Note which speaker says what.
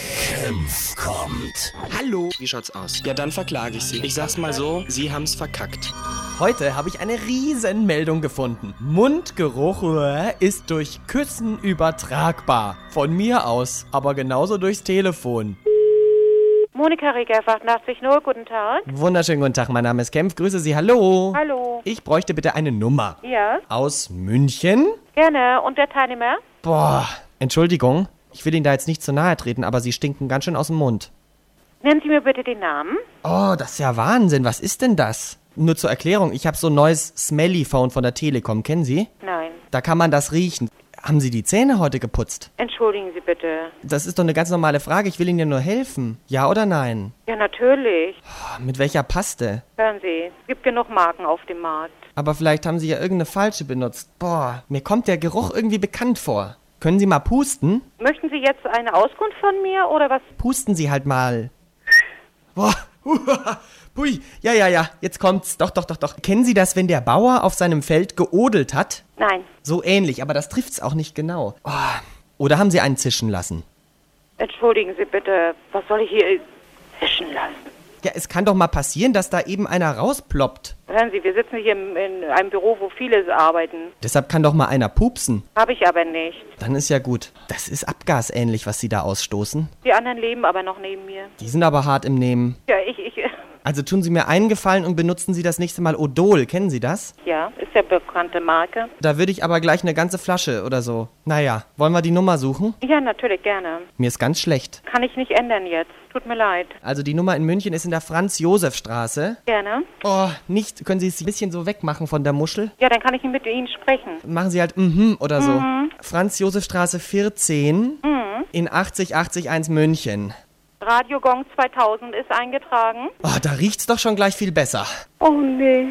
Speaker 1: Senf kommt.
Speaker 2: Hallo. Wie schaut's aus? Ja, dann verklage ich Sie. Ich sag's mal so, Sie haben's verkackt.
Speaker 3: Heute habe ich eine Riesenmeldung gefunden. Mundgeruch äh, ist durch Küssen übertragbar. Von mir aus, aber genauso durchs Telefon.
Speaker 4: Monika Reger, 88.0, guten Tag.
Speaker 3: Wunderschönen guten Tag, mein Name ist Kempf. Grüße Sie, hallo.
Speaker 4: Hallo.
Speaker 3: Ich bräuchte bitte eine Nummer.
Speaker 4: Ja,
Speaker 3: Aus München?
Speaker 4: gerne. Und der Teilnehmer?
Speaker 3: Boah, Entschuldigung. Ich will Ihnen da jetzt nicht zu nahe treten, aber Sie stinken ganz schön aus dem Mund.
Speaker 4: Nennen Sie mir bitte den Namen.
Speaker 3: Oh, das ist ja Wahnsinn. Was ist denn das? Nur zur Erklärung, ich habe so ein neues Smelly-Phone von der Telekom. Kennen Sie?
Speaker 4: Nein.
Speaker 3: Da kann man das riechen. Haben Sie die Zähne heute geputzt?
Speaker 4: Entschuldigen Sie bitte.
Speaker 3: Das ist doch eine ganz normale Frage. Ich will Ihnen ja nur helfen. Ja oder nein?
Speaker 4: Ja, natürlich.
Speaker 3: Ah, Mit welcher Paste?
Speaker 4: Hören Sie, gibt genug Marken auf dem Markt.
Speaker 3: Aber vielleicht haben Sie ja irgendeine falsche benutzt. Boah, mir kommt der Geruch irgendwie bekannt vor. Können Sie mal pusten?
Speaker 4: Möchten Sie jetzt eine Auskunft von mir oder was?
Speaker 3: Pusten Sie halt mal. Boah. Pui. Ja, ja, ja. Jetzt kommt's. Doch, doch, doch, doch. Kennen Sie das, wenn der Bauer auf seinem Feld geodelt hat?
Speaker 4: Nein.
Speaker 3: So ähnlich, aber das trifft's auch nicht genau. Oh. Oder haben Sie einen zischen lassen?
Speaker 4: Entschuldigen Sie bitte, was soll ich hier zischen lassen?
Speaker 3: Ja, es kann doch mal passieren, dass da eben einer rausploppt.
Speaker 4: Hören Sie, wir sitzen hier im- in einem Büro, wo viele arbeiten.
Speaker 3: Deshalb kann doch mal einer pupsen.
Speaker 4: Habe ich aber nicht.
Speaker 3: Dann ist ja gut. Das ist abgasähnlich, was Sie da ausstoßen.
Speaker 4: Die anderen leben aber noch neben mir.
Speaker 3: Die sind aber hart im Nehmen.
Speaker 4: Ja, ich, ich,
Speaker 3: Also tun Sie mir einen Gefallen und benutzen Sie das nächste Mal Odol. Kennen Sie das?
Speaker 4: ja, ist ja bekannte Marke.
Speaker 3: Da würde ich aber gleich eine ganze Flasche oder so. Naja, wollen wir die Nummer suchen?
Speaker 4: Ja, natürlich, gerne.
Speaker 3: Mir ist ganz schlecht.
Speaker 4: Kann ich nicht ändern jetzt. Tut mir leid.
Speaker 3: Also die Nummer in München ist in der Franz-Josef-Straße.
Speaker 4: Gerne.
Speaker 3: Oh, nicht. Können Sie es ein bisschen so wegmachen von der Muschel?
Speaker 4: Ja, dann kann ich mit Ihnen sprechen.
Speaker 3: Machen Sie halt mhm oder so. Franz-Josef-Straße 14 in 80801 München.
Speaker 4: Radio Gong 2000 ist eingetragen.
Speaker 3: Oh, da riecht's doch schon gleich viel besser.
Speaker 4: Oh nee.